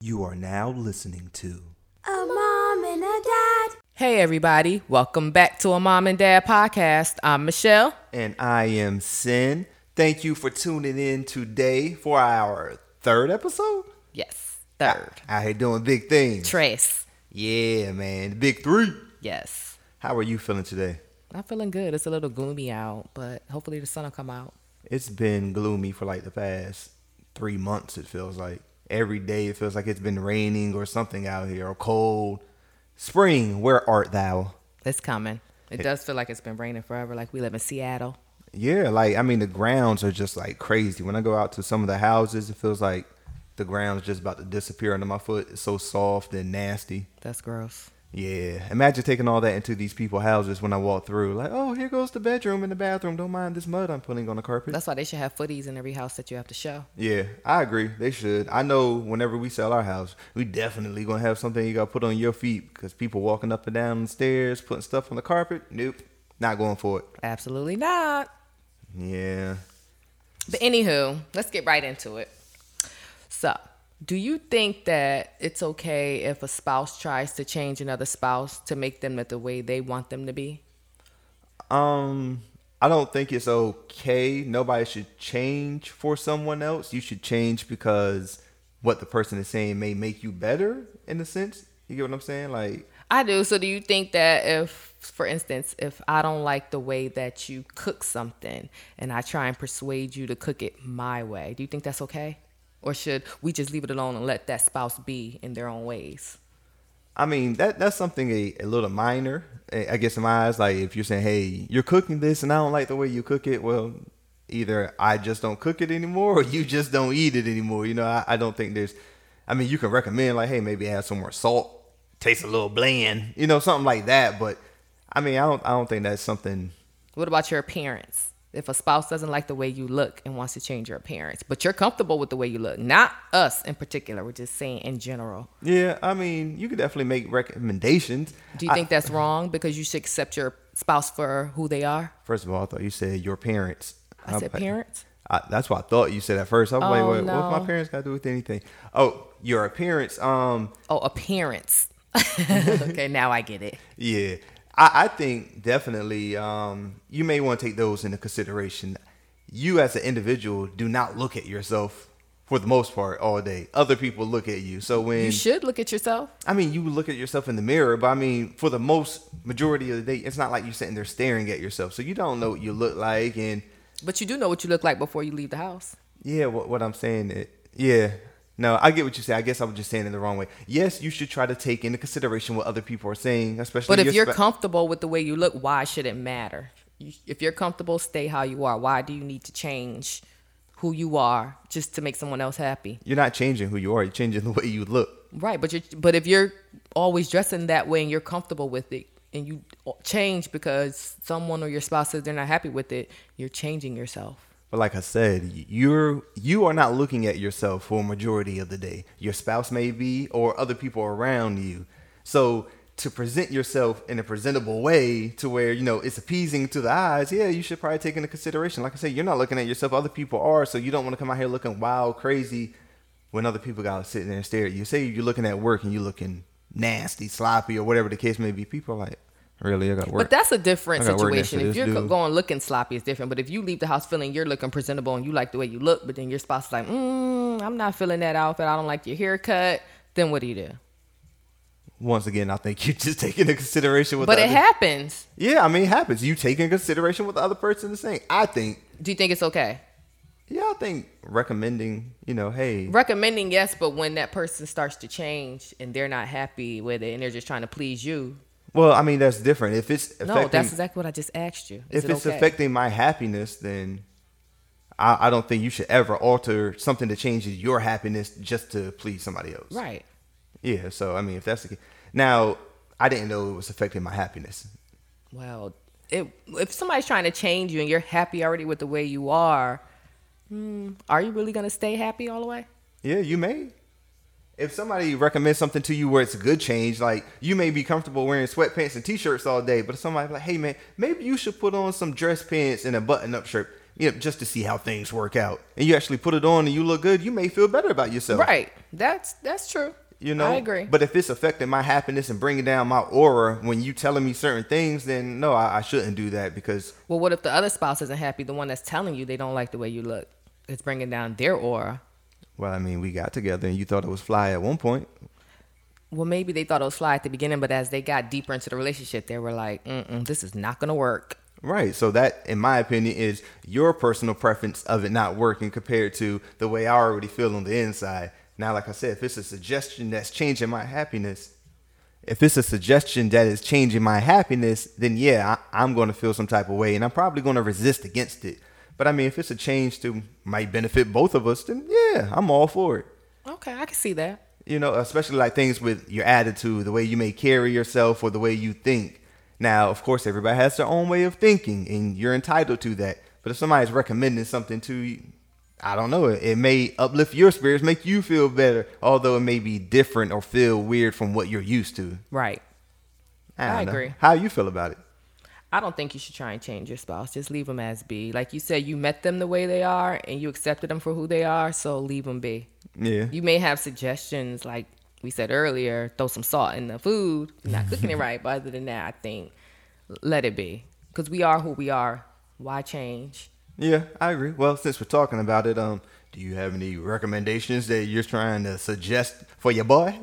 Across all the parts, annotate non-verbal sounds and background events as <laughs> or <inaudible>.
You are now listening to A mom and a dad. Hey, everybody. Welcome back to a Mom and Dad podcast. I'm Michelle. And I am Sin. Thank you for tuning in today for our third episode. Yes. Third. Out here doing big things. Trace. Yeah, man. The big three. Yes. How are you feeling today? I'm feeling good. It's a little gloomy out, but hopefully the sun will come out. It's been gloomy for like the past three months, it feels like. Every day it feels like it's been raining or something out here or cold. Spring, where art thou? It's coming. It does feel like it's been raining forever, like we live in Seattle. Yeah, like I mean the grounds are just like crazy. When I go out to some of the houses, it feels like the ground's just about to disappear under my foot. It's so soft and nasty. That's gross. Yeah. Imagine taking all that into these people's houses when I walk through. Like, oh, here goes the bedroom and the bathroom. Don't mind this mud I'm putting on the carpet. That's why they should have footies in every house that you have to show. yeah, I agree. They should. I know whenever we sell our house, we definitely gonna have something you gotta put on your feet because people walking up and down the stairs, putting stuff on the carpet. Nope. Not going for it. Absolutely not. Yeah. But anywho, let's get right into it. So, do you think that it's okay if a spouse tries to change another spouse to make them the way they want them to be? Um, I don't think it's okay. Nobody should change for someone else. You should change because what the person is saying may make you better in a sense. You get what I'm saying? Like, I do. So do you think that if, for instance, if I don't like the way that you cook something and I try and persuade you to cook it my way, do you think that's okay? Or should we just leave it alone and let that spouse be in their own ways? I mean, that that's something a, a little minor, eh, I I guess, in my eyes. Like, if you're saying, hey, you're cooking this and I don't like the way you cook it, well, either I just don't cook it anymore or you just don't eat it anymore. You know, I, I don't think there's, I mean, you can recommend, like, hey, maybe add some more salt, tastes a little bland, you know, something like that. But I mean, I don't, I don't think that's something, What about your appearance? If a spouse doesn't like the way you look and wants to change your appearance, but you're comfortable with the way you look, not us in particular, we're just saying in general. yeah, I mean, you could definitely make recommendations. Do you I- think that's wrong because you should accept your spouse for who they are? First of all, I thought you said your parents. I I'm said like- parents. I, that's what I thought you said at first. I'm like, Oh, wait, what's my no. parents got to do with anything? Oh, your appearance. Um, Oh, appearance. <laughs> okay, now I get it. yeah, I, I think definitely. Um, you may want to take those into consideration. You as an individual do not look at yourself for the most part all day. Other people look at you. So when You should look at yourself. I mean, you look at yourself in the mirror, but I mean, for the most majority of the day, it's not like you're sitting there staring at yourself. So you don't know what you look like, and But you do know what you look like before you leave the house. Yeah, what, what I'm saying, it, yeah. No, I get what you say. I guess I was just saying it the wrong way. Yes, you should try to take into consideration what other people are saying, especially. But if you're spe- comfortable with the way you look, why should it matter? You- If you're comfortable, stay how you are. Why do you need to change who you are just to make someone else happy? you're not changing who you are, you're changing the way you look. Right, but you but if you're always dressing that way and you're comfortable with it and you change because someone or your spouse says they're not happy with it, you're changing yourself. But like I said, y- you're you are not looking at yourself for a majority of the day. Your spouse may be, or other people around you. So to present yourself in a presentable way to where you know it's appeasing to the eyes yeah you should probably take into consideration like i said you're not looking at yourself other people are so you don't want to come out here looking wild crazy when other people gotta sit there and stare at you. Say you're looking at work and you're looking nasty, sloppy, or whatever the case may be. People are like, really, I got work. But that's a different I got word next to situation. If this you're go- dude. going looking sloppy, it's different. But if you leave the house feeling you're looking presentable and you like the way you look, but then your spouse is like, mm, I'm not feeling that outfit. I don't like your haircut. Then what do you do? Once again, I think <laughs> you just take into consideration what. But the it other- happens. Yeah, I mean, it happens. You take into consideration what the other person is saying. I think. Do you think it's okay? Yeah, I think recommending. You know, hey, Recommending yes, but when that person starts to change and they're not happy with it and they're just trying to please you, well, I mean, that's different. If it's affecting, no, that's exactly what I just asked you. Is if it it's okay? affecting my happiness, then. I, I don't think you should ever alter something that changes your happiness just to please somebody else. right? Yeah, so I mean, if that's the case. Now, I didn't know it was affecting my happiness. Well, it, if somebody's trying to change you and you're happy already with the way you are, hmm, are you really gonna stay happy all the way? Yeah, you may. If somebody recommends something to you where it's a good change, like you may be comfortable wearing sweatpants and t-shirts all day, but if somebody like, hey man, maybe you should put on some dress pants and a button-up shirt. you know, just to see how things work out. And you actually put it on and you look good, you may feel better about yourself. Right. That's that's true. You know, I agree. But if it's affecting my happiness and bringing down my aura when you telling me certain things, then no, I, I shouldn't do that because well, what if the other spouse isn't happy? The one that's telling you they don't like the way you look, it's bringing down their aura. well, I mean, we got together and you thought it was fly at one point. Well, maybe they thought it was fly at the beginning, but as they got deeper into the relationship, they were like, Mm-mm, "This is not gonna work." Right. So that, in my opinion, is your personal preference of it not working compared to the way I already feel on the inside. Now, like I said, if it's a suggestion that's changing my happiness, if it's a suggestion that is changing my happiness, then yeah, I, I'm going to feel some type of way and I'm probably going to resist against it. But I mean, if it's a change to might benefit both of us, then yeah, I'm all for it Okay, I can see that. you know, especially like things with your attitude, the way you may carry yourself, or the way you think. Now, of course, everybody has their own way of thinking, and you're entitled to that. But if somebody's recommending something to you, I don't know, it, it may uplift your spirits, make you feel better, although it may be different or feel weird from what you're used to. Right. don't I know. agree. How you feel about it? I don't think you should try and change your spouse. Just leave them as be. Like you said, you met them the way they are and you accepted them for who they are, so leave them be. Yeah. You may have suggestions, like we said earlier, throw some salt in the food, you're not cooking it right. But other than that, I think let it be. Because we are who we are. Why change? Yeah, I agree. Well, since we're talking about it, um, do you have any recommendations that you're trying to suggest for your boy?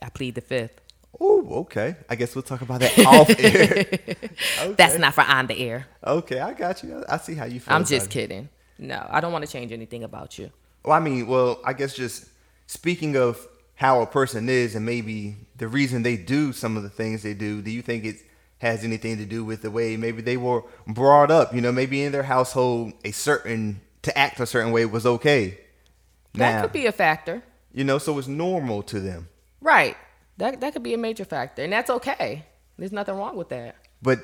I plead the fifth. Oh, okay. I guess we'll talk <laughs> about that off air. That's not for on the air. Okay, I got you. I I see how you feel. I'm about just it. kidding. No, I don't want to change anything about you. Well, I mean, well, I guess just speaking of how a person is and maybe the reason they do some of the things they do, do you think it has anything to do with the way maybe they were brought up? You know, maybe in their household, a certain to act a certain way was okay. That Now, could be a factor. you know, so it's normal to them. Right. That that could be a major factor, and that's okay. There's nothing wrong with that. But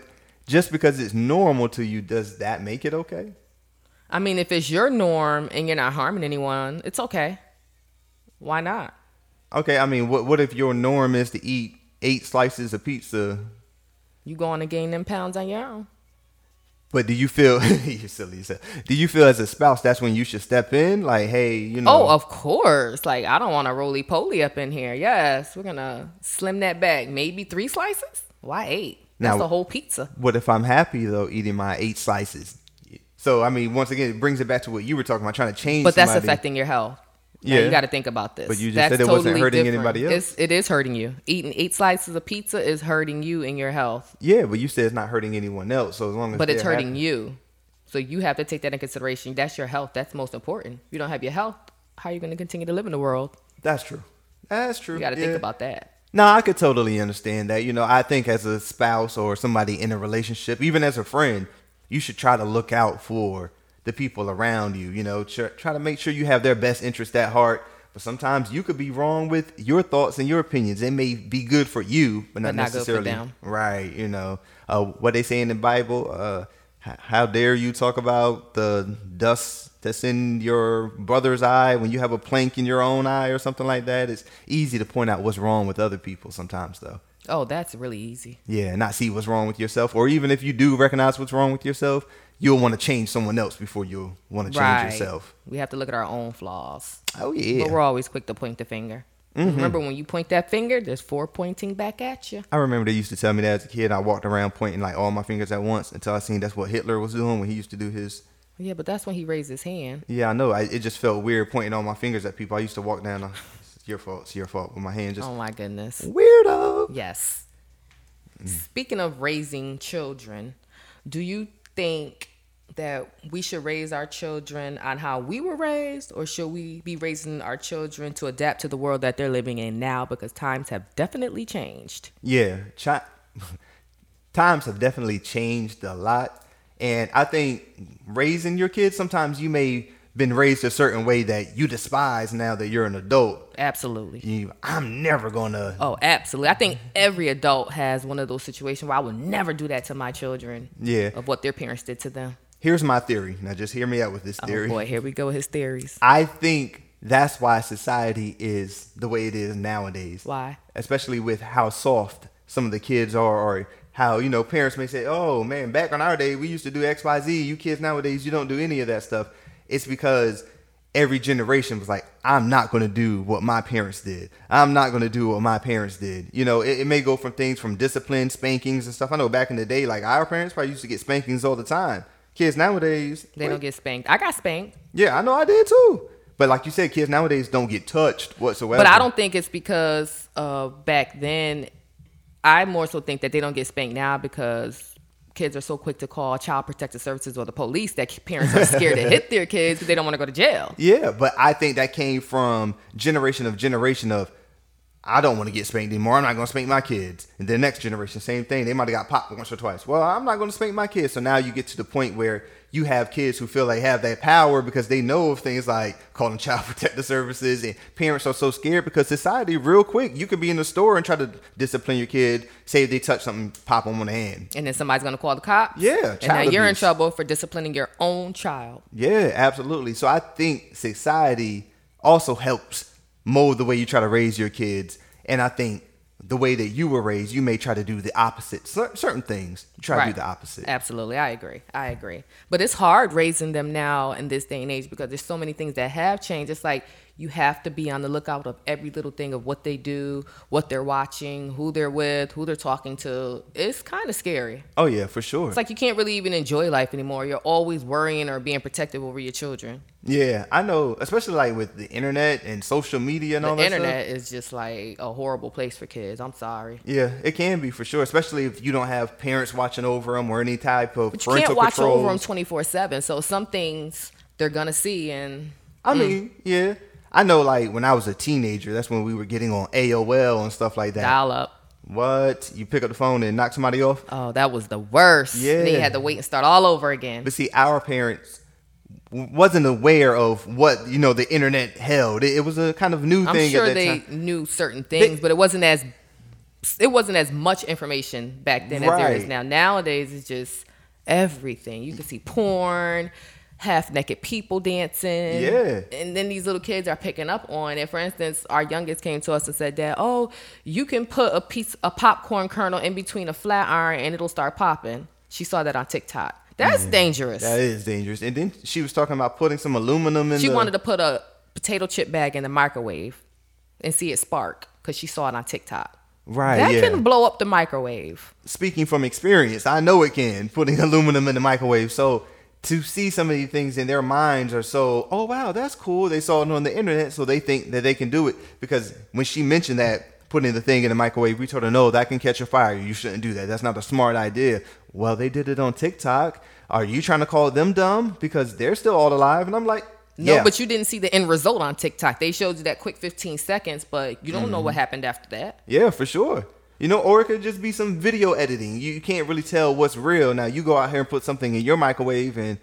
just because it's normal to you, does that make it okay? I mean, if it's your norm and you're not harming anyone, it's okay. Why not? Okay, I mean, what what if your norm is to eat eight slices of pizza You going to gain them pounds on your own. But do you feel <laughs> you're silly? you said- Do you feel as a spouse that's when you should step in? Like, hey, you know, Oh, of course. Like I don't want a roly poly up in here. Yes, we're gonna slim that back. Maybe three slices. Why eight? That's Now- the whole pizza. what if I'm happy though eating my eight slices? So I mean, once again, it brings it back to what you were talking about, trying to change. But that's somebody. affecting your health. Now, Yeah. you got to think about this. But you just That's said it wasn't totally hurting different. anybody else. It's, it is hurting you. Eating eight slices of pizza is hurting you and your health. Yeah, but you said it's not hurting anyone else. So as long as but it's they're hurting happy- you. So you have to take that in consideration. That's your health. That's most important. If you don't have your health, how are you going to continue to live in the world? that's true. That's true. You got to yeah. think about that. No, I could totally understand that. You know, I think as a spouse or somebody in a relationship, even as a friend, you should try to look out for the people around you. You know, tr- try to make sure you have their best interest at heart. But sometimes you could be wrong with your thoughts and your opinions. It may be good for you, but not, But not good for necessarily them. right. You know, uh, what they say in the Bible. Uh, h- how dare you talk about the dust that's in your brother's eye when you have a plank in your own eye or something like that? It's easy to point out what's wrong with other people sometimes, though. Oh, that's really easy. Yeah, not see what's wrong with yourself, or even if you do recognize what's wrong with yourself, you'll want to change someone else before you'll want to change right. yourself. We have to look at our own flaws. Oh yeah. But we're always quick to point the finger. Remember when you point that finger, there's four pointing back at you. I remember they used to tell me that as a kid. I walked around pointing like all my fingers at once until I seen that's what Hitler was doing when he used to do his. Yeah, but that's when he raised his hand. Yeah, I know. I, it just felt weird pointing all my fingers at people. I used to walk down. uh, It's your fault. It's your fault. With my hand just Oh my goodness. Mm. weirdo. Yes. Speaking of raising children, do you think that we should raise our children on how we were raised, or should we be raising our children to adapt to the world that they're living in now because times have definitely changed? Yeah, chi- <laughs> times have definitely changed a lot, and I think raising your kids sometimes you may been raised a certain way that you despise now that you're an adult. Absolutely. You, I'm never gonna. Oh, absolutely. I think every adult has one of those situations where I would never do that to my children. Yeah. Of what their parents did to them. Here's my theory. Now, just hear me out with this theory. Oh boy, here we go with his theories. I think that's why society is the way it is nowadays. Why? Especially with how soft some of the kids are or how you know parents may say, "Oh man, back on our day, we used to do X, Y, Z. You kids nowadays, you don't do any of that stuff." It's because every generation was like, "I'm not going to do what my parents did. I'm not going to do what my parents did." You know, it, it may go from things from discipline, spankings, and stuff. I know back in the day, like our parents probably used to get spankings all the time. Kids nowadays, They don't get spanked. I got spanked, yeah, I know I did too. But like you said, kids nowadays don't get touched whatsoever. but I don't think it's because uh, back then. I more so think that they don't get spanked now because kids are so quick to call child protective services or the police that parents are scared to hit their kids because they don't want to go to jail. Yeah, but I think that came from generation of generation of I don't want to get spanked anymore. I'm not going to spank my kids. And the next generation, same thing. They might have got popped once or twice. Well, I'm not going to spank my kids. So now you get to the point where you have kids who feel they have that power because they know of things like calling child <laughs> protective services. And parents are so scared because society, real quick, you could be in the store and try to discipline your kid. Say if they touch something, pop them on the hand. And then somebody's going to call the cops. Yeah, And now child you're in abuse. trouble for disciplining your own child. Yeah, absolutely. So I think society also helps mold the way you try to raise your kids, and I think the way that you were raised, you may try to do the opposite. Cer- Certain things, you try to do the opposite. Absolutely. I agree. I agree. But it's hard raising them now in this day and age because there's so many things that have changed. It's like you have to be on the lookout of every little thing of what they do, what they're watching, who they're with, who they're talking to. It's kind of scary. Oh yeah, for sure. It's like you can't really even enjoy life anymore. You're always worrying or being protective over your children. yeah, I know. Especially like with the internet and social media and all The that. stuff. internet is just like a horrible place for kids. I'm sorry. Yeah, it can be for sure, especially if you don't have parents watching over them or any type of But you parental can't watch controls. over them 24 7. So some things they're going to see and I mean, yeah, I know. Like when I was a teenager, that's when we were getting on AOL and stuff like that. dial up. What? You pick up the phone and knock somebody off? Oh, that was the worst. Yeah. Then you Yeah. had to wait and start all over again. But see, our parents w- wasn't aware of what you know the internet held. It, it was a kind of new I'm thing sure at that they time. knew certain things, but it wasn't as it wasn't as much information back then as there is Right. now. Nowadays it's just everything. You can see porn, half naked people dancing. Yeah. And then these little kids are picking up on it. For instance, our youngest came to us and said, Dad, oh, you can put a piece a popcorn kernel in between a flat iron and it'll start popping. She saw that on TikTok. That's dangerous. That is dangerous. And then she was talking about putting some aluminum in. She the, wanted to put a potato chip bag in the microwave and see it spark because she saw it on TikTok. Right, That yeah. can blow up the microwave. Speaking from experience, I know it can <laughs> putting aluminum in the microwave. So to see some of these things in their minds are so, oh wow, that's cool. They saw it on the internet, so they think that they can do it. Because when she mentioned that putting the thing in the microwave, we told her no, that can catch a fire. You shouldn't do that. That's not a smart idea. Well, they did it on TikTok. Are you trying to call them dumb because they're still all alive? And I'm like, No, yeah. but you didn't see the end result on TikTok. They showed you that quick 15 seconds, but you don't Mm-hmm. know what happened after that. Yeah, for sure. You know, or it could just be some video editing. You, you can't really tell what's real. Now you go out here and put something in your microwave, and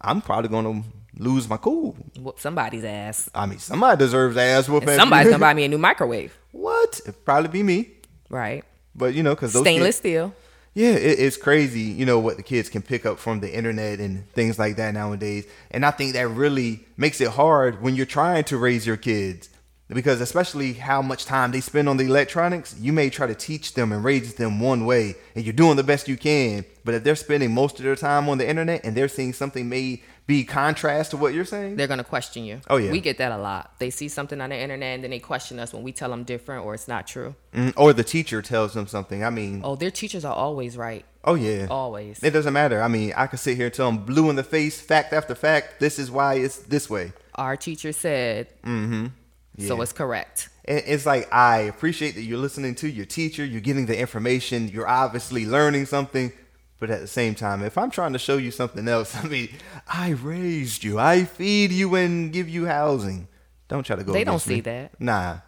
I'm probably gonna lose my cool. Whoop somebody's ass. I mean, somebody deserves the ass And whooping. somebody's gonna buy me a new microwave, <laughs> what? It'd probably be me. right? But you know, because those Stainless kids- steel. yeah, it, it's crazy. You know what the kids can pick up from the internet and things like that nowadays, and I think that really makes it hard when you're trying to raise your kids. Because especially how much time they spend on the electronics, you may try to teach them and raise them one way, and you're doing the best you can. But if they're spending most of their time on the internet and they're seeing something may be contrast to what you're saying, They're gonna question you. Oh, yeah. we get that a lot. They see something on the internet and then they question us when we tell them different or it's not true. mm, or the teacher tells them something. I mean, Oh, their teachers are always right, oh yeah, always. It doesn't matter. I mean, I could sit here and tell them blue in the face, fact after fact. This is why it's this way. our teacher said. Mm-hmm. So Yeah. it's correct. And it's like I appreciate that you're listening to your teacher. You're getting the information. You're obviously learning something. But at the same time, if I'm trying to show you something else, <laughs> I mean, I raised you. I feed you and give you housing. Don't try to go. They don't against me. see that. Nah,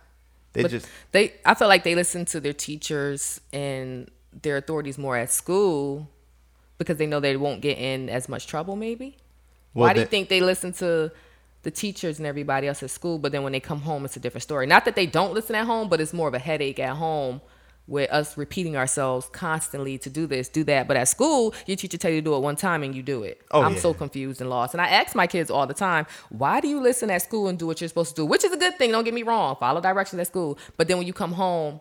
they But just they, I feel like they listen to their teachers and their authorities more at school because they know they won't get in as much trouble. Maybe. Well, Why do you that- think they listen to the teachers and everybody else at school, but then when they come home, it's a different story? Not that they don't listen at home, but it's more of a headache at home. With us repeating ourselves constantly to do this, do that, but at school your teacher tell you to do it one time and you do it. Oh, I'm yeah. so confused and lost. And I ask my kids all the time, why do you listen at school and do what you're supposed to do? Which is a good thing, don't get me wrong. Follow directions at school. But then when you come home,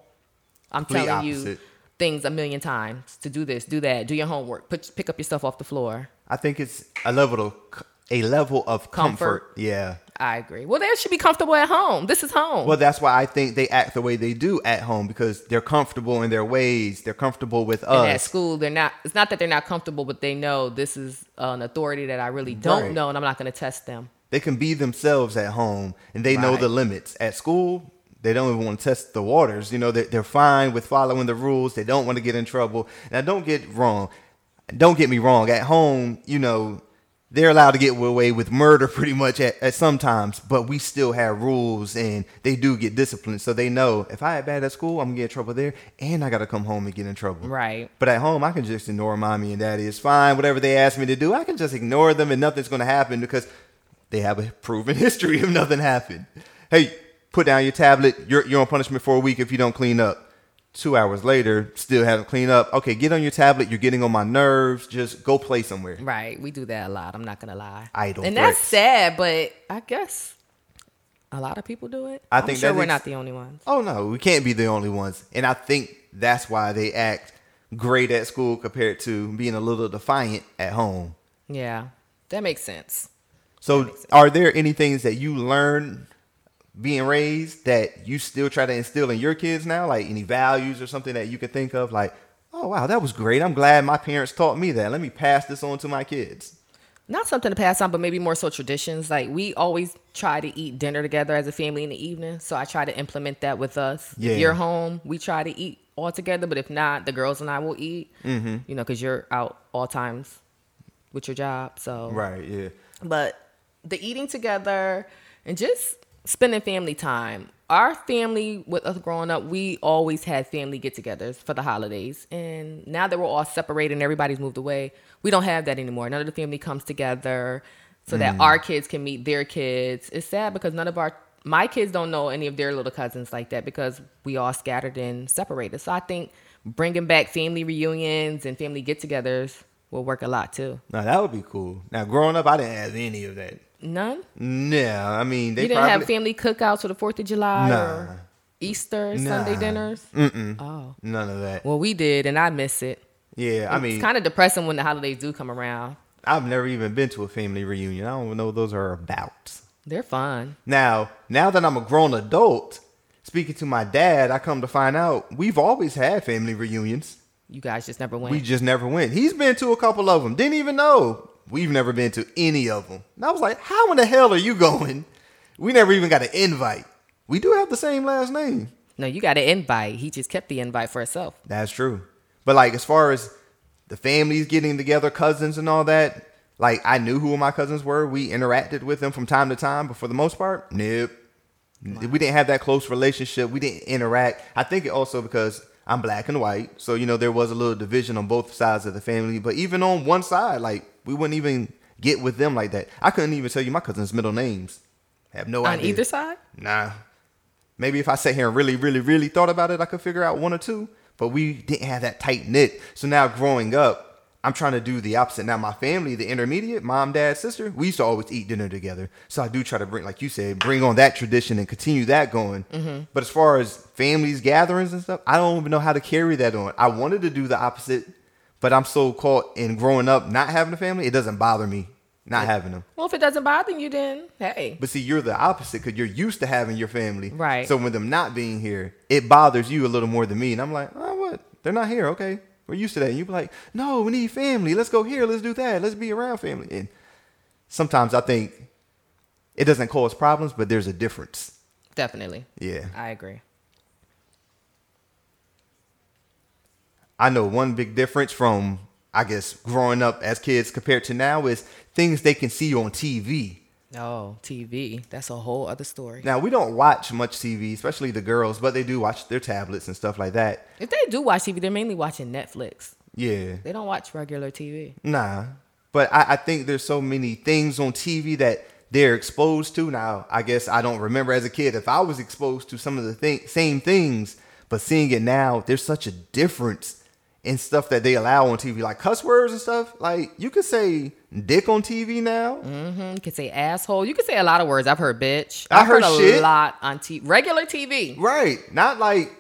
I'm Complete telling you, opposite. things a million times to do this, do that, do your homework, put, pick up your stuff off the floor. I think it's a level of a level of comfort. Comfort. Yeah. I agree. Well, they should be comfortable at home. This is home. Well, that's why I think they act the way they do at home because they're comfortable in their ways. They're comfortable with us. and at school, they're not. It's not that they're not comfortable, but they know this is an authority that I really don't Right. know, and I'm not going to test them. They can be themselves at home and they know Right. the limits. At school, they don't even want to test the waters. You know, they're, they're fine with following the rules. They don't want to get in trouble. Now, don't get wrong. Don't get me wrong. At home, you know, they're allowed to get away with murder <laughs> pretty much at, at some times, but we still have rules and they do get disciplined. So they know if I act bad at school, I'm going to get in trouble there and I got to come home and get in trouble. Right. But at home, I can just ignore mommy and daddy. It's fine. Whatever they ask me to do, I can just ignore them and nothing's going to happen because they have a proven <laughs> history of nothing happened. Hey, put down your tablet. You're, you're on punishment for a week if you don't clean up. Two hours later, still haven't cleaned up. Okay, get on your tablet. You're getting on my nerves. Just go play somewhere. Right. We do that a lot. I'm not going to lie. Idle And that's threats. sad, but I guess a lot of people do it. I I'm think sure that we're ex- not the only ones. Oh, no, we can't be the only ones. And I think that's why they act great at school compared to being a little defiant at home. Yeah. That makes sense. So, are there any things that you learned being raised that you still try to instill in your kids now? Like any values or something that you can think of? Like, oh, wow, that was great. I'm glad my parents taught me that. Let me pass this on to my kids. not something to pass on, but maybe more so traditions. Like we always try to eat dinner together as a family in the evening. So I try to implement that with us. Yeah. If you're home, we try to eat all together. But if not, the girls and I will eat. Mm-hmm. You know, because you're out all times with your job. So Right, yeah. but the eating together and just spending family time. Our family, with us growing up, we always had family get togethers for the holidays. And now that we're all separated and everybody's moved away, we don't have that anymore. None of the family comes together so that our kids can meet their kids. It's sad because none of our my kids don't know any of their little cousins like that because we all scattered and separated. So I think bringing back family reunions and family get-togethers will work a lot too. Now, that would be cool. Now, growing up, I didn't have any of that. None? No, I mean, they you didn't have probably- family cookouts for the Fourth of July Nah. or Easter Nah. Sunday dinners. Mm-mm. Oh, none of that. well, we did, and I miss it. Yeah, I mean, it's kind of depressing when the holidays do come around. They're I've never even been to a family reunion. I don't even know what those are about. fun. Now, now that I'm a grown adult, speaking to my dad, I come to find out we've always had family reunions. You guys just never went. We just never went. He's been to a couple of them. Didn't even know. We've never been to any of them. And I was like, how in the hell are you going? We never even got an invite. We do have the same last name. no, you got an invite. He just kept the invite for himself. That's true. But like as far as the families getting together, cousins and all that, like I knew who my cousins were. We interacted with them from time to time, but for the most part, nope. We didn't have that close relationship. We didn't interact. I think it also because I'm black and white. So, you know, there was a little division on both sides of the family. But even on one side, like we wouldn't even get with them like that. I couldn't even tell you my cousins' middle names. have no On idea. either side, Nah. Maybe if I sat here and really, really, really thought about it, I could figure out one or two. But we didn't have that tight knit. So now growing up, I'm trying to do the opposite. Now my family, the intermediate, mom, dad, sister, we used to always eat dinner together. So I do try to bring, like you said, bring on that tradition and continue that going. But as far as families, gatherings, and stuff, I don't even know how to carry that on. I wanted to do the opposite, but I'm so caught in growing up not having a family, it doesn't bother me not having them. well, if it doesn't bother you, then hey, But see, you're the opposite because you're used to having your family. Right. So when them not being here, it bothers you a little more than me. And I'm like, oh, what? They're not here. Okay. We're used to that. And you be like, no, we need family. Let's go here. Let's do that. Let's be around family. And sometimes I think it doesn't cause problems, but there's a difference. definitely, Yeah. I agree. I know one big difference from, I guess, growing up as kids compared to now is things they can see on TV. Oh, TV. That's a whole other story. Now, we don't watch much TV, especially the girls, but they do watch their tablets and stuff like that. if they do watch TV, they're mainly watching Netflix. Yeah. They don't watch regular TV. Nah, but I, I think there's so many things on TV that they're exposed to now. I guess I don't remember as a kid if I was exposed to some of the thing, same things, but seeing it now, there's such a difference in stuff that they allow on TV, like cuss words and stuff. Like you could say dick on TV now. hmm You could say asshole. You could say a lot of words. I've heard bitch. I I've heard, heard a shit. lot on t- regular TV. Right. Not like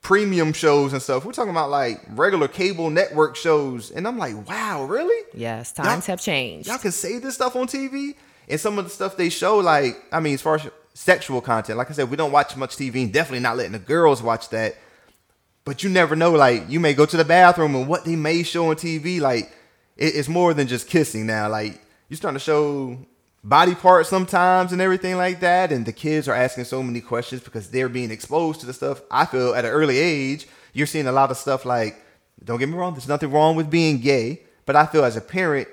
premium shows and stuff. We're talking about like regular cable network shows, and I'm like, wow, really? Yes, times have changed. Y'all can say this stuff on TV, and some of the stuff they show, like I mean, as far as sexual content, like I said, we don't watch much TV, and definitely not letting the girls watch that. But you never know. Like you may go to the bathroom, and what they may show on TV, like it- it's more than just kissing now. Like you're starting to show body parts sometimes and everything like that, and the kids are asking so many questions because they're being exposed to the stuff. I feel at an early age, you're seeing a lot of stuff like don't get me wrong, there's nothing wrong with being gay, but I feel as a parent,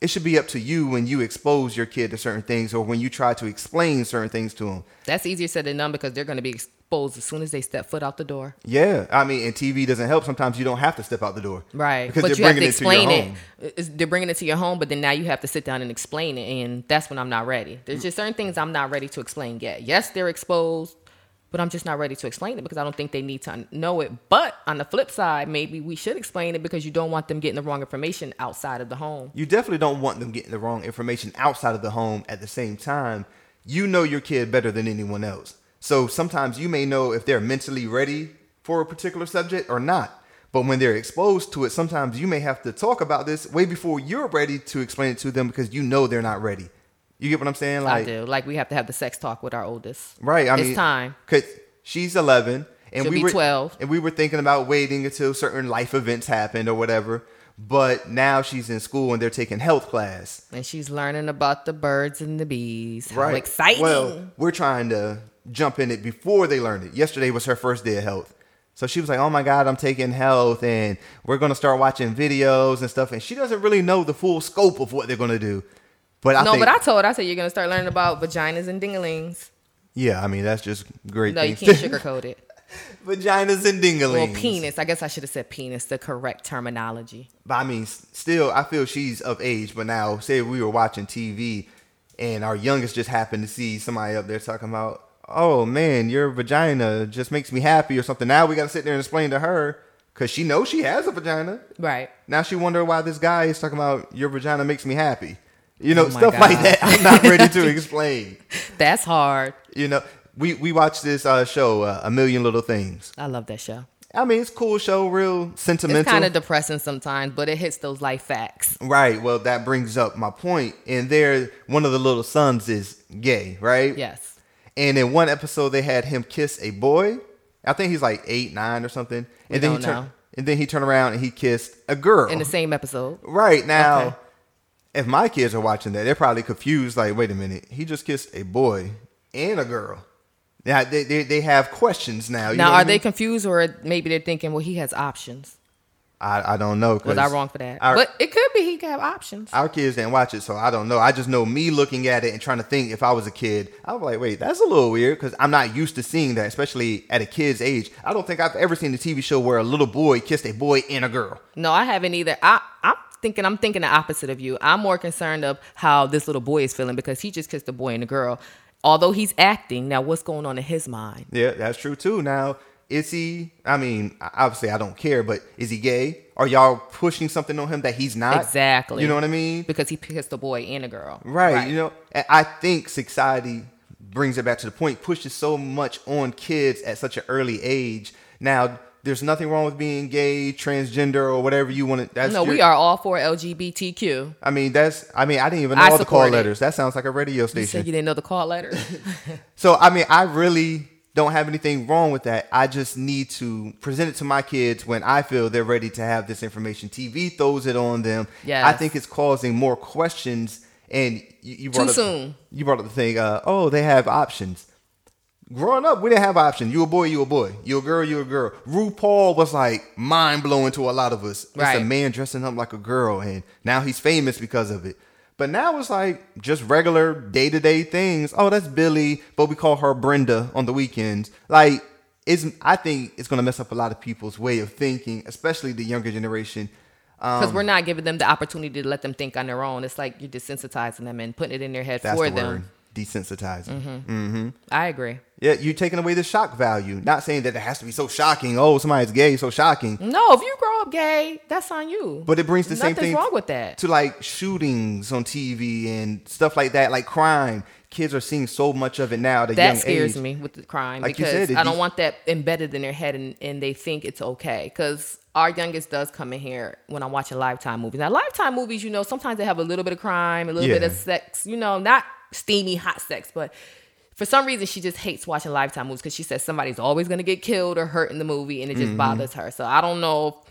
it should be up to you when you expose your kid to certain things or when you try to explain certain things to them. That's easier said than done because they're going to be exposed as soon as they step foot out the door. Yeah, I mean, and TV doesn't help. Sometimes you don't have to step out the door, Right. Because but they're you have bringing to it explain to your it. home. It's- they're bringing it to your home, but then now you have to sit down and explain it. And that's when I'm not ready. There's just certain things I'm not ready to explain yet. Yes, they're exposed, but I'm just not ready to explain it because I don't think they need to know it. But on the flip side, maybe we should explain it because you don't want them getting the wrong information outside of the home. You definitely don't want them getting the wrong information outside of the home. At the same time, you know your kid better than anyone else, so sometimes you may know if they're mentally ready for a particular subject or not. But when they're exposed to it, sometimes you may have to talk about this way before you're ready to explain it to them because you know they're not ready. You get what I'm saying? I do. Like we have to have the sex talk with our oldest. Right. I it's mean, time. Cause she's eleven, and She'll we be were 12. and we were thinking about waiting until certain life events happened or whatever. But now she's in school and they're taking health class. And she's learning about the birds and the bees. How Right. exciting. Well, we're trying to jump in it before they learn it. Yesterday was her first day of health. So she was like, "Oh my God, I'm taking health, and we're gonna start watching videos and stuff." And she doesn't really know the full scope of what they're gonna do. But I no, think, but I told, I said, you're going to start learning about vaginas and dinglings. yeah, I mean that's just great. No, you can't <laughs> things. sugarcoat it. Vaginas and dinglings. Well, penis. I guess I should have said penis, the correct terminology. But I mean, s- still, I feel she's of age. But now, say we were watching TV, and our youngest just happened to see somebody up there talking about, "Oh man, your vagina just makes me happy" or something. Now we got to sit there and explain to her because she knows she has a vagina. Right. Now she wonder why this guy is talking about your vagina makes me happy. You know, Oh my stuff like God. that. I'm not ready <laughs> to explain. That's hard. You know, we we watched this uh, show, uh, A Million Little Things. I love that show. I mean, it's a cool show, real sentimental. It's kind of depressing sometimes, but it hits those life facts. Right. Well, that brings up my point. And there, one of the little sons is gay, right? Yes. And in one episode, they had him kiss a boy. I think he's like eight, nine, or something. And then don't he turned, know. and then he turned around and he kissed a girl. In the same episode. right now, Okay. if my kids are watching that, they're probably confused. Like, wait a minute, he just kissed a boy and a girl. Now they they, they have questions now. you know Now, what I are they mean? confused or maybe they're thinking, well, he has options? I, I don't know. Was 'cause I wrong for that? our- but it could be he could have options. our kids didn't watch it, so I don't know. I just know me looking at it and trying to think if I was a kid, I was like, wait, that's a little weird because I'm not used to seeing that, especially at a kid's age. I don't think I've ever seen a TV show where a little boy kissed a boy and a girl. No, I haven't either. I, I'm thinking I'm thinking the opposite of you. I'm more concerned of how this little boy is feeling because he just kissed a boy and a girl. Although he's acting, now what's going on in his mind? Yeah, that's true too. Now, is he, I mean, obviously I don't care, but is he gay? Are y'all pushing something on him that he's not? Exactly. You know what I mean? Because he kissed a boy and a girl. Right. You know, and I think society brings it back to the point, pushes so much on kids at such an early age. Now, there's nothing wrong with being gay, transgender, or whatever you want to. That's No, your- we are all for LGBTQ. I mean, that's. I mean, I didn't even know I all the call support it. letters. That sounds like a radio You said station. you didn't know the <laughs> call letter. So, I mean, I really don't have anything wrong with that. I just need to present it to my kids when I feel they're ready to have this information. TV throws it on them. Yes. I think it's causing more questions. And you, you brought Too up, soon. You brought up the thing. Uh, oh, they have options. Growing up, we didn't have options. You a boy, you a boy. You a girl, you a girl. RuPaul was like mind blowing to a lot of us. It's Right. a man dressing up like a girl, and now he's famous because of it. But now it's like just regular day to day things. Oh, that's Billy, but we call her Brenda on the weekends. Like, it's, I think it's going to mess up a lot of people's way of thinking, especially the younger generation. Because Um, we're not giving them the opportunity to let them think on their own. It's like you're desensitizing them and putting it in their head That's for the them. Mm-hmm. word desensitizing. I agree. Yeah, you're taking away the shock value. Not saying that it has to be so shocking. Oh, somebody's gay, so shocking. No, if you grow up gay, that's on you. But it brings the same Nothing's thing wrong with that. to like shootings on TV and stuff like that, like crime. kids are seeing so much of it now at a that young scares age. me with the crime Like you because said, if I don't you- want that embedded in their head and, and they think it's okay. Because our youngest does come in here when I'm watching Lifetime movies. Now, Lifetime movies, you know, sometimes they have a little bit of crime, a little bit of Yeah. sex, you know, not steamy hot sex, but for some reason she just hates watching Lifetime movies because she says somebody's always going to get killed or hurt in the movie and it Mm-hmm. just bothers her. So I don't know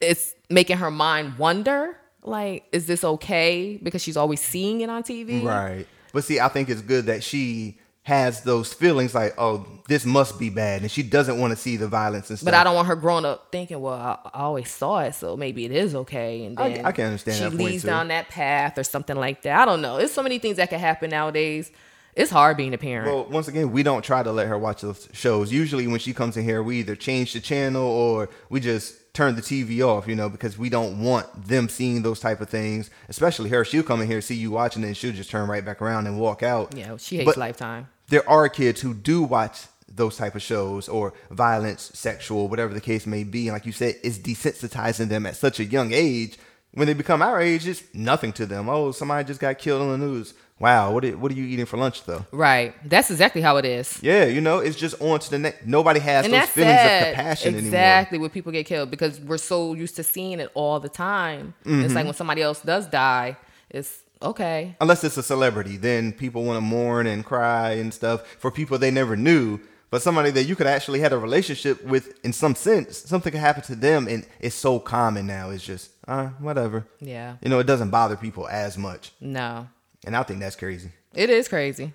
if it's making her mind wonder. Like, is this okay? Because she's always seeing it on TV. Right. But see, I think it's good that she has those feelings like, oh, this must be bad, and she doesn't want to see the violence and stuff. But I don't want her growing up thinking, well, I, I always saw it, so maybe it is okay. And I- then I can understand she that point, leads too. down that path or something like that. I don't know. There's so many things that can happen nowadays. It's hard being a parent. Well, once again, we don't try to let her watch those shows. Usually, when she comes in here, we either change the channel or we just turn the TV off, you know, because we don't want them seeing those type of things. Especially her, she'll come in here, see you watching, it, and she'll just turn right back around and walk out. yeah, she hates But Lifetime. There are kids who do watch those type of shows or violence, sexual, whatever the case may be. And like you said, it's desensitizing them at such a young age. When they become our age, it's nothing to them. Oh, somebody just got killed on the news. Wow, what are, what are you eating for lunch though? Right. That's exactly how it is. Yeah, you know, it's just on to the next. Nobody has And those that's feelings sad. of compassion anymore. exactly when people get killed because we're so used to seeing it all the time. It's Mm-hmm. like when somebody else does die, it's okay. Unless it's a celebrity, then people want to mourn and cry and stuff for people they never knew. But somebody that you could actually had a relationship with, in some sense, something could happen to them, and it's so common now. It's just, uh, whatever. Yeah. You know, it doesn't bother people as much, No, and I think that's crazy. it is crazy.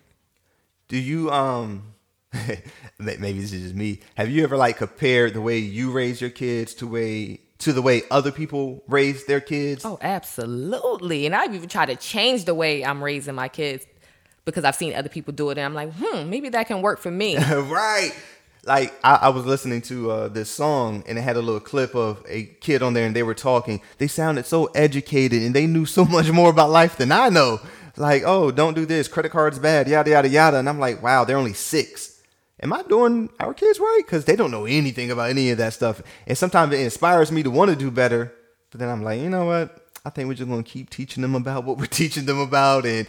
Do you um <laughs> may- maybe this is just me. Have you ever like compared the way you raise your kids to way to the way other people raise their kids? Oh, absolutely. And I've even tried to change the way I'm raising my kids because I've seen other people do it. And I'm like, hmm, maybe that can work <laughs> for me. right. Like I, I was listening to uh, this song and it had a little clip of a kid on there and they were talking. They sounded so educated and they knew so <laughs> much more about life than I know. Like, oh, don't do this. Credit cards bad. Yada yada yada. And I'm like, wow, they're only six. Am I doing our kids right? Because they don't know anything about any of that stuff. And sometimes it inspires me to want to do better. But then I'm like, you know what? I think we're just gonna keep teaching them about what we're <laughs> teaching them about. And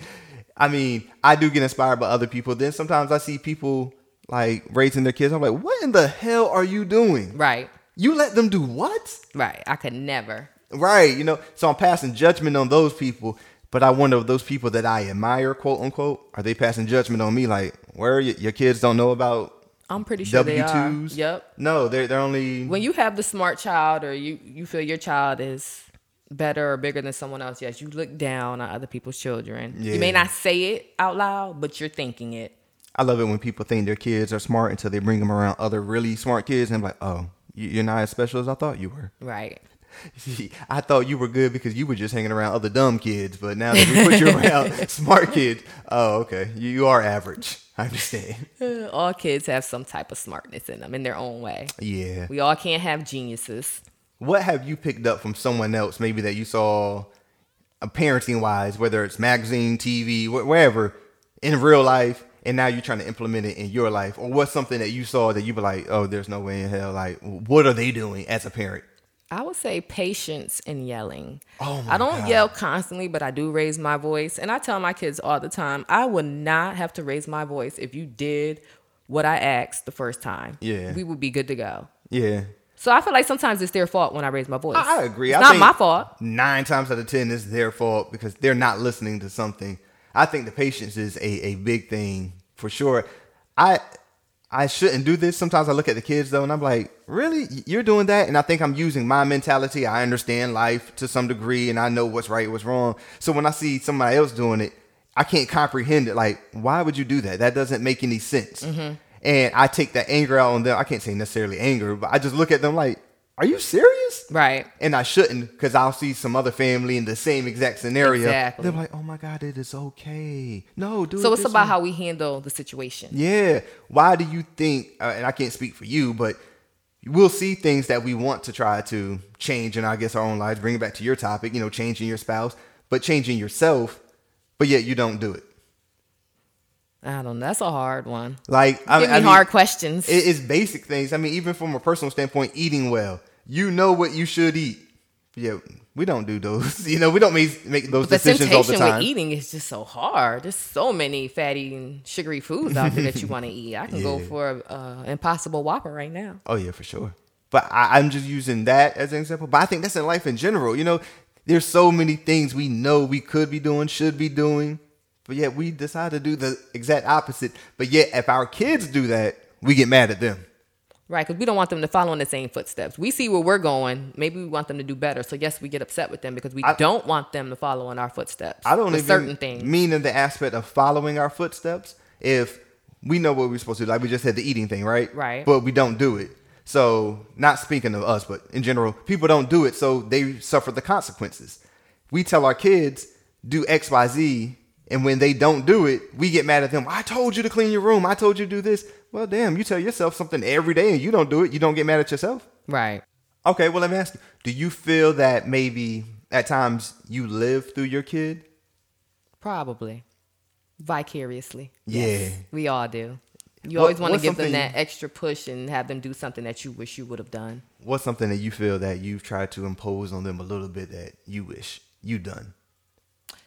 I mean, I do get inspired by other people. Then sometimes I see people like raising their kids. I'm like, what in the hell are you doing? right, You let them do what? right. I could never. Right. You know, so I'm passing judgment on those people. But I wonder if those people that I admire, quote unquote, are they passing judgment on me? Like, where are you? your kids don't know about I'm pretty sure W they are. twos? Yep. No, they're they're only When you have the smart child or you, you feel your child is better or bigger than someone else, yes, you look down on other people's children. You may Yeah. not say it out loud, but you're thinking it. I love it when people think their kids are smart until they bring them around other really smart kids and I'm like, oh, you- you're not as special as I thought you were. <laughs> Right. I thought you were good because you were just hanging around other dumb kids, but now that we put you <laughs> around smart kids, oh, okay, you, you are average. I understand. <laughs> All kids have some type of smartness in them in their own way. Yeah. We all can't have geniuses. What have you picked up from someone else, maybe that you saw uh, parenting wise, whether it's magazine, TV, wh- wherever, in real life, and now you're trying to implement it in your life? Or what's something that you saw that you were like, oh, there's no way in hell, like, what are they doing as a parent? I would say patience and yelling. Oh my I don't God. yell constantly, but I do raise my voice. And I tell my kids all the time, I would not have to raise my voice if you did what I asked the first time. Yeah. We would be good to go. Yeah. So I feel like sometimes it's their fault when I raise my voice. I I agree. It's I not think my fault. Nine times out of ten, it's their fault because they're not listening to something. I think the patience is a, a big thing for sure. I I shouldn't do this. Sometimes I look at the kids though, and I'm like, really, you're doing that? And I think I'm using my mentality. I understand life to some degree, and I know what's right, what's wrong. So when I see somebody else doing it, I can't comprehend it. Like, why would you do that? That doesn't make any sense. Mm-hmm. And I take that anger out on them. I can't say necessarily anger, but I just look at them like, are you serious? Right. and I shouldn't because I'll see some other family in the same exact scenario. Exactly. They're like, "Oh my God, it is okay." No, dude. So it's about how we handle the situation. Yeah. Why do you think? Uh, and I can't speak for you, but we'll see things that we want to try to change in, I guess, our own lives. Bring it back to your topic, you know, changing your spouse, but changing yourself, but yet you don't do it. I don't know. That's a hard one. Like, I, Give I me mean, hard questions. It, it's basic things. I mean, even from a personal standpoint, eating well. You know what you should eat. Yeah, We don't do those. <laughs> You know, we don't make, make those The decisions all the temptation with time. eating is just so hard. There's so many fatty and sugary foods out there that you <laughs> want to eat. I can go Yeah. for an impossible whopper right now. Oh yeah, for sure. But I, I'm just using that as an example. But I think that's in life in general. You know, there's so many things we know we could be doing, should be doing, but yet we decide to do the exact opposite. But yet, if our kids do that, we get mad at them. Right, because we don't want them to follow in the same footsteps. We see where we're going. Maybe we want them to do better. So yes, we get upset with them because we don't want them to follow in our footsteps. I don't with even certain things. mean in the aspect of following our footsteps. If we know what we're supposed to do, like we just had the eating thing, right? Right. But we don't do it. So, not speaking of us, but in general, people don't do it, so they suffer the consequences. We tell our kids do X, Y, Z, and when they don't do it, we get mad at them. I told you to clean your room. I told you to do this. Well, damn, you tell yourself something every day and you don't do it. You don't get mad at yourself. right. Okay, well, let me ask you: Do you feel that maybe at times you live through your kid? Probably. Vicariously. Yeah. We all do. You What- always want to what's give them something- that extra push and have them do something that you wish you would have done. What's something that you feel that you've tried to impose on them a little bit that you wish you done?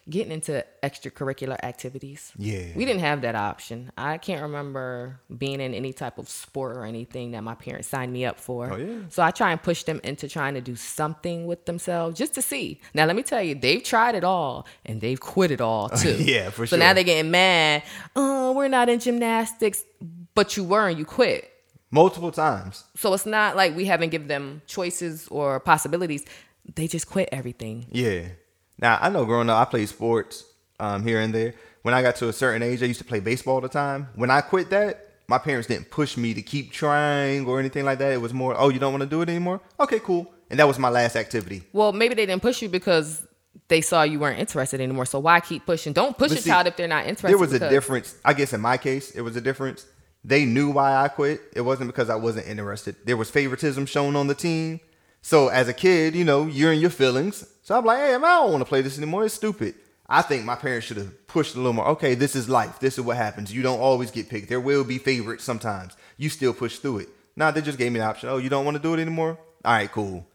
Getting into extracurricular activities. Yeah. We didn't have that option. I can't remember being in any type of sport or anything that my parents signed me up for. Oh, yeah. So I try and push them into trying to do something with themselves just to see. Now, let me tell you, they've tried it all and they've quit <laughs> it all too. yeah, for So now sure. they're getting mad. Oh, we're not in gymnastics, but you were and you quit. Multiple times. So it's not like we haven't given them choices or possibilities. They just quit everything. Yeah. Now I know growing up, I played sports um, here and there. When I got to a certain age, I used to play baseball all the time. When I quit that, my parents didn't push me to keep trying or anything like that. It was more, oh, you don't want to do it anymore? Okay, cool. And that was my last activity. Well, maybe they didn't push you because they saw you weren't interested anymore. So why keep pushing? Don't push But a see, child if they're not interested. there was a because- difference. I guess in my case, it was a difference. They knew why I quit. It wasn't because I wasn't interested. There was favoritism shown on the team. So as a kid, you know, you're in your feelings. So I'm like, hey, man, I don't want to play this anymore. It's stupid. I think my parents should have pushed a little more. Okay, this is life. This is what happens. You don't always get picked. There will be favorites sometimes. You still push through it. Nah, they just gave me an option. Oh, you don't want to do it anymore? All right, cool.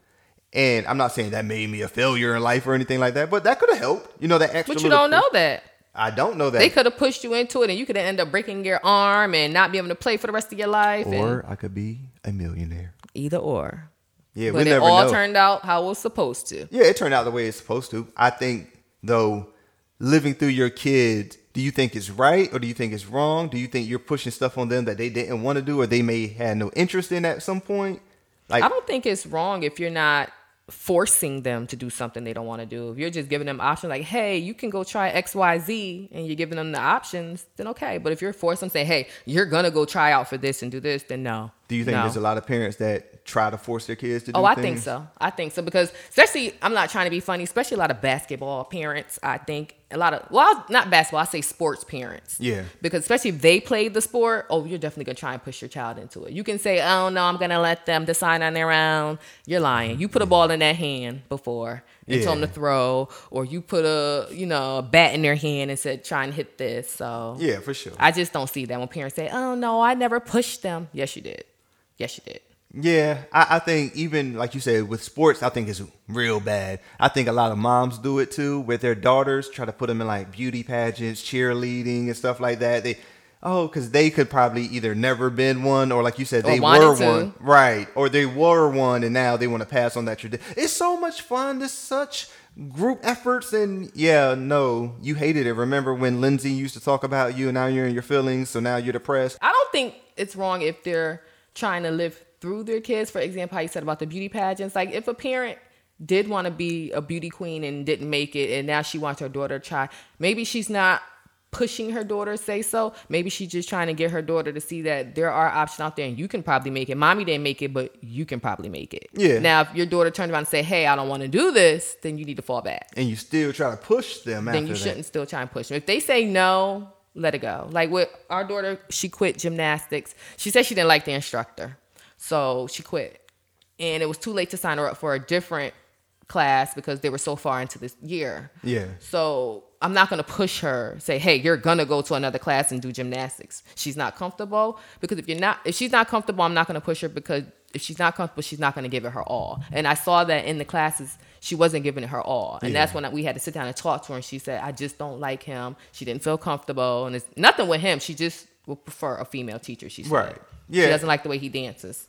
And I'm not saying that made me a failure in life or anything like that, but that could have helped. You know, that extra. But you little don't know push. that. I don't know that. They could have pushed you into it and you could have ended up breaking your arm and not be able to play for the rest of your life. and- or I could be a millionaire. either or. Yeah, But we it never all know. turned out how it was supposed to. yeah, it turned out the way it's supposed to. I think though, living through your kid, do you think it's right or do you think it's wrong? Do you think you're pushing stuff on them that they didn't want to do or they may had no interest in at some point? Like I don't think it's wrong if you're not forcing them to do something they don't want to do. If you're just giving them options like, hey, you can go try XYZ and you're giving them the options, then okay. But if you're forcing them to say, hey, you're gonna go try out for this and do this, then no. do you think No. there's a lot of parents that try to force their kids to do Oh, I think things? so. I think so because especially I'm not trying to be funny, especially a lot of basketball parents, I think a lot of well, not basketball, I say sports parents. Yeah. Because especially if they played the sport, oh, you're definitely gonna try and push your child into it. You can say, Oh no, I'm gonna let them decide on their own. You're lying. You put a ball in their hand before and told Yeah. them to throw, or you put a you know, a bat in their hand and said, Try and hit this. So Yeah, for sure. I just don't see that when parents say, Oh no, I never pushed them. Yes, you did. Yes, you did. Yeah, I, I think even like you said with sports, I think it's real bad. I think a lot of moms do it too, where their daughters try to put them in like beauty pageants, cheerleading, and stuff like that. They, oh, because they could probably either never been one, or like you said, Or they wanted were to. one, right? Or they were one, and now they want to pass on that tradition. It's so much fun. There's such group efforts, and yeah, no, you hated it. Remember when Lindsay used to talk about you, and now you're in your feelings, so now you're depressed. I don't think it's wrong if they're trying to live through their kids. For example, how you said about the beauty pageants. Like if a parent did want to be a beauty queen and didn't make it, and now she wants her daughter to try, maybe she's not pushing her daughter to say so. Maybe she's just trying to get her daughter to see that there are options out there and you can probably make it. Mommy didn't make it, but you can probably make it. Yeah. Now if your daughter turned around and say, Hey, I don't want to do this, then you need to fall back And you still try to push them. after then you that. shouldn't still try and push them. If they say no, let it go. Like with our daughter, she quit gymnastics. She said she didn't like the instructor, so she quit. And it was too late to sign her up for a different class because they were so far into this year. Yeah. So I'm not gonna push her. Say, hey, you're gonna go to another class and do gymnastics. She's not comfortable because if you're not, if she's not comfortable, I'm not gonna push her because if she's not comfortable, she's not gonna give it her all. And I saw that in the classes She wasn't giving it her all, and that's when we had to sit down and talk to her. And she said, "I just don't like him. She didn't feel comfortable, and it's nothing with him. She just would prefer a female teacher." She said, Right. She Yeah. doesn't like the way he dances,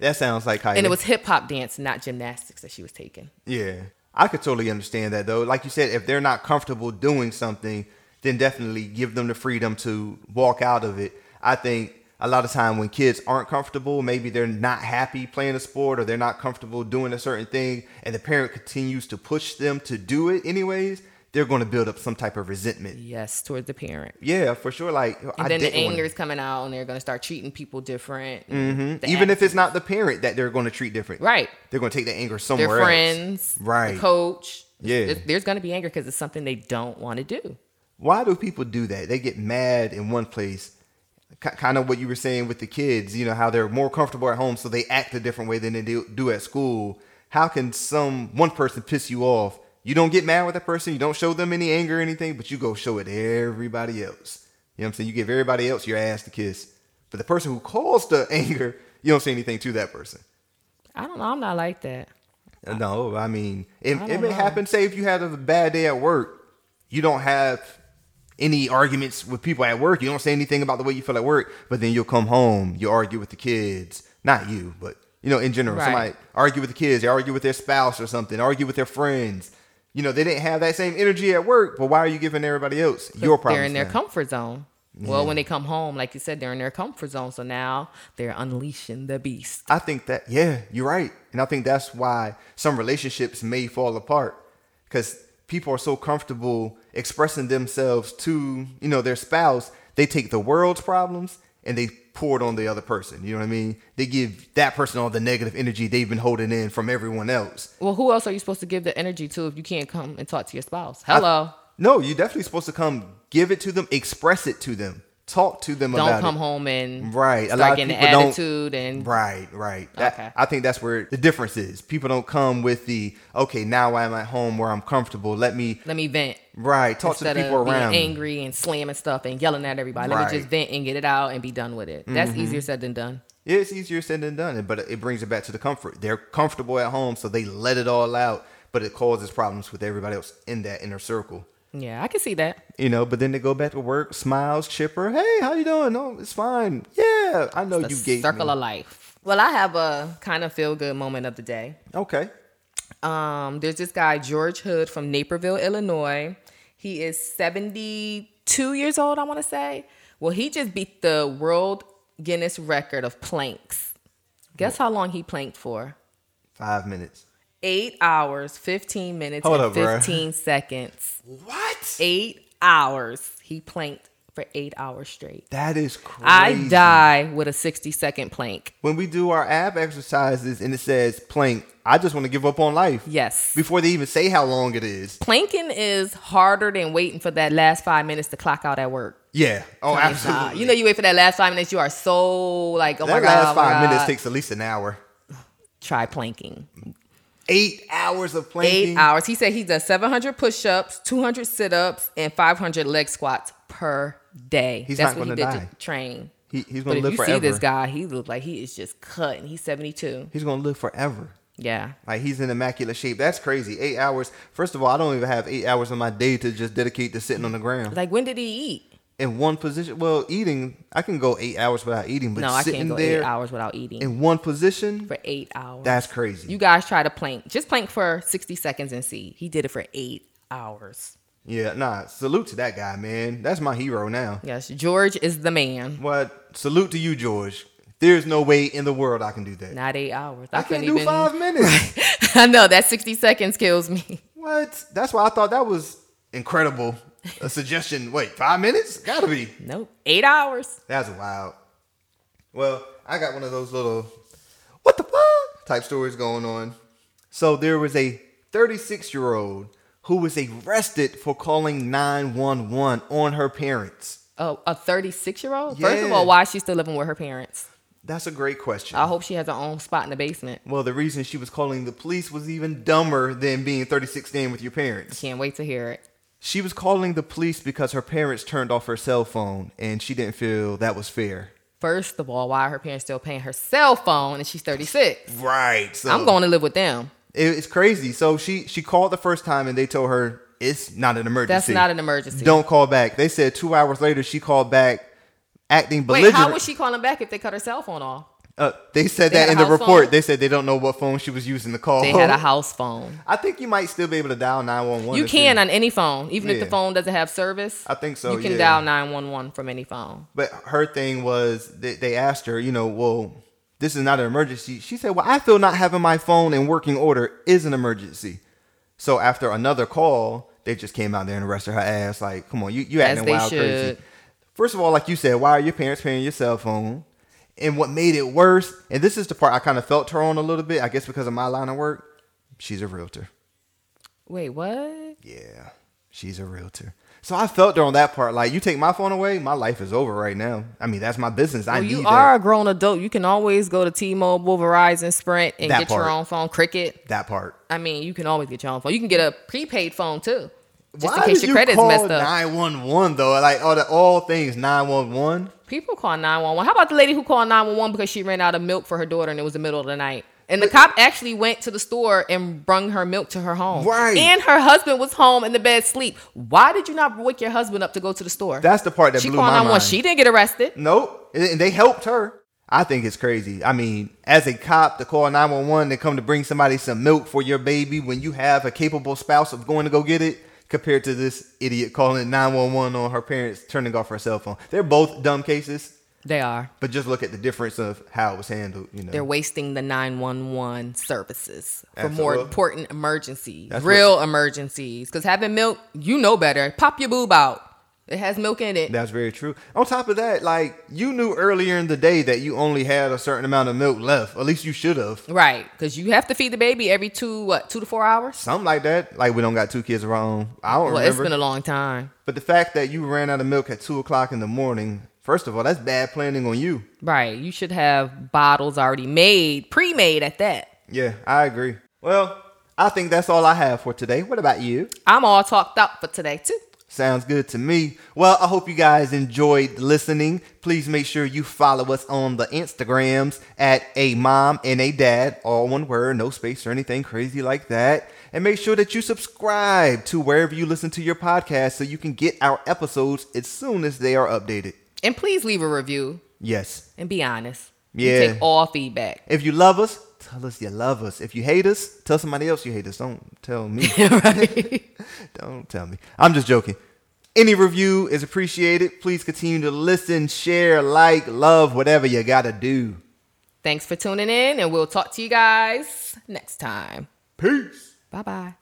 That sounds like how and it was hip hop dance, not gymnastics, that she was taking. Yeah. I could totally understand that though. Like you said, if they're not comfortable doing something, then definitely give them the freedom to walk out of it. I think a lot of time when kids aren't comfortable, maybe they're not happy playing a sport or they're not comfortable doing a certain thing and the parent continues to push them to do it anyways, they're going to build up some type of resentment. Yes, towards the parent. Yeah, for sure like And I then didn't the wanna- Mm-hmm. anger is coming out, and they're going to start treating people different. The even if acting- it's not the parent that they're going to treat different. right, They're going to take the anger their somewhere else. friends, Right. the coach. Yeah. There's- there's going to be anger because it's something they don't want to do. why do people do that? They get mad in one place, K- kind of what you were saying with the kids. You know how they're more comfortable at home, so they act a different way than they do, do at school. How can some one person piss you off? You don't get mad with that person. You don't show them any anger or anything, but you go show it everybody else. You know what I'm saying? You give everybody else your ass to kiss, but the person who caused the <laughs> anger, you don't say anything to that person. I don't know. I'm not like that. No, I mean, it, I it don't may know. happen. Say if you had a bad day at work, you don't have any arguments with people at work. You don't say anything about the way you feel at work, but then you'll come home, you argue with the kids. Not you, but you know, in general, Right. somebody argue with the kids, they argue with their spouse or something, argue with their friends. You know, they didn't have that same energy at work, but why are you giving everybody else your problem? They're in their comfort zone. Well, when they come home, like you said, they're in their comfort zone. So now they're unleashing the beast. I think that yeah, you're right, and I think that's why some relationships may fall apart because people are so comfortable expressing themselves to you know their spouse, they take the world's problems and they pour it on the other person. You know what I mean? They give that person all the negative energy they've been holding in from everyone else. Well, who else are you supposed to give the energy to if you can't come and talk to your spouse? I- Hello. no, you're definitely supposed to come give it to them, express it to them, talk to them don't about come it. home and Right. A start lot of getting an people don't- attitude and Right, right. That- Okay. I think that's where the difference is. People don't come with the okay. Now I'm at home where I'm comfortable. Let me let me vent. right talk to the instead people of being around. me. angry and slamming stuff and yelling at everybody. Let Right. Mm-hmm. me just vent and get it out and be done with it. That's easier said than done. It's easier said than done, but it brings it back to the comfort. They're comfortable at home, so they let it all out, but it causes problems with everybody else in that inner circle. Yeah, I can see that. You know, but then they go back to work, smiles, chipper. Hey, how you doing? No, it's fine. Yeah, I know The you gave circle me. of life. Well, I have a kind of feel good moment of the day. Okay. Um, there's this guy, George Hood from Naperville, Illinois. He is 72 years old, I want to say. Well, he just beat the world Guinness record of planks. Guess how long he planked for? Five minutes. Eight hours, 15 minutes, Hold and up, bruh. 15 seconds. What? Eight hours. He planked for eight hours straight. That is crazy. I die with a 60 second plank. when we do our ab exercises and it says plank, I just want to give up on life. Yes. Before they even say how long it is. Planking is harder than waiting for that last five minutes to clock out at work. Yeah. Oh, I mean, it's not. absolutely. You know, you wait for that last five minutes, you are so like, oh that my God. last oh my five minutes God. takes at least an hour. Try planking. Eight hours of Eight planking. hours. He said he does 700 push ups, 200 sit ups, and 500 leg squats per day. He's That's not what he did gonna die. to train. He, he's But gonna if live you forever. see this guy, he looks like he is just cutting. He's 72. He's gonna live forever. Yeah. Like he's in immaculate shape. That's crazy. Eight hours. First of all, I don't even have eight hours of my day to just dedicate to sitting on the ground Like, when did he eat? in one position. Well, eating, I can go eight hours without eating, but No, I sitting can't go there eight hours without eating in one position, for eight hours. that's crazy. you guys try to plank. Just plank for 60 seconds and see. He did it for eight hours. Yeah, nah. Salute to that guy, man. That's my hero now. Yes, George is the man. What? Salute to you, George. There's no way in the world I can do that. Not eight hours. I couldn't can't do five minutes. <laughs> I know that 60 seconds kills me. <laughs> what? That's why I thought that was incredible. A suggestion. Wait, five minutes? Gotta be. Nope. Eight hours. That's wild. Well, I got one of those little what the fuck type stories going on. So there was a 36 year old who was arrested for calling 911 on her parents. Oh, a 36 year old? First of Yeah. all, why is she still living with her parents? That's a great question. I hope she has her own spot in the basement. Well, the reason she was calling the police was even dumber than being 36 staying with your parents. Can't wait to hear it. She was calling the police because her parents turned off her cell phone and she didn't feel that was fair. First of all, why are her parents still paying her cell phone and she's 36? Right. So I'm going to live with them. It- It's crazy. So she she called the first time and they told her it's not an emergency. That's not an emergency. Don't call back. They said two hours later she called back, acting Wait, belligerent. how was she calling back if they cut her cell phone off? Uh, they said They that had in a the house report. phone? They said they don't know what phone she was using to call. They had a house phone. I think you might still be able to dial nine one one. You can on any phone, even if the Yeah. phone doesn't have service. I think so, You can yeah. dial nine one one from any phone. But her thing was they, they asked her, you know, well, this is not an emergency. She said, well, I feel not having my phone in working order is an emergency. So after another call, they just came out there and arrested her ass. Like, come on, you you As acting they wild crazy. should. First of all, like you said, why are your parents paying your cell phone? And what made it worse, and this is the part I kind of felt her on a little bit, I guess because of my line of work, she's a realtor. Wait, what? Yeah, she's a realtor. So I felt her on that part. Like, you take my phone away, my life is over right now. I mean, that's my business. I Well, need Oh, you that. are a grown adult. You can always go to T-Mobile, Verizon, Sprint, and That get part. your own phone. Cricket. that part. I mean, you can always get your own phone. You can get a prepaid phone too, just Why in case did your credit's messed up. Nine one one though, like all the all things nine one one. People call 911. How about the lady who called 911 because she ran out of milk for her daughter and it was the middle of the night? And the cop actually went to the store and brung her milk to her home. Right. And her husband was home in the bed sleep. Why did you not wake your husband up to go to the store? That's the part that she blew called my mind. She didn't get arrested. Nope, and they helped her. I think it's crazy. I mean, as a cop to call nine one one to come to bring somebody some milk for your baby when you have a capable spouse of going to go get it, compared to this idiot calling nine one one on her parents turning off her cell phone. They're both dumb cases, They are. but just look at the difference of how it was handled. You know, They're wasting the 911 services for more Absolutely. important emergencies, That's real emergencies. Because having milk, you know better. Pop your boob out. It has milk in it. That's very true. On top of that, like you knew earlier in the day that you only had a certain amount of milk left. At least you should have. Right. Because you have to feed the baby every two, what, two to four hours? Something like that. Like we don't got two kids of our own. I don't Well, it's remember. been a long time. but the fact that you ran out of milk at two o'clock in the morning, first of all, that's bad planning on you. Right. You should have bottles already made, pre made at that. Yeah, I agree. Well, I think that's all I have for today. What about you? I'm all talked up for today, too. Sounds good to me. Well, I hope you guys enjoyed listening. Please make sure you follow us on the Instagrams at a mom and a dad, all one word, no space or anything crazy like that. And make sure that you subscribe to wherever you listen to your podcast so you can get our episodes as soon as they are updated. And please leave a review Yes. and be honest. We Yeah. take all feedback. <laughs> If you love us, tell us you love us. If you hate us, tell somebody else you hate us. Don't tell me. right. Don't tell me. I'm just joking. Any review is appreciated. Please continue to listen, share, like, love, whatever you gotta do. Thanks for tuning in, and we'll talk to you guys next time. Peace. Bye bye.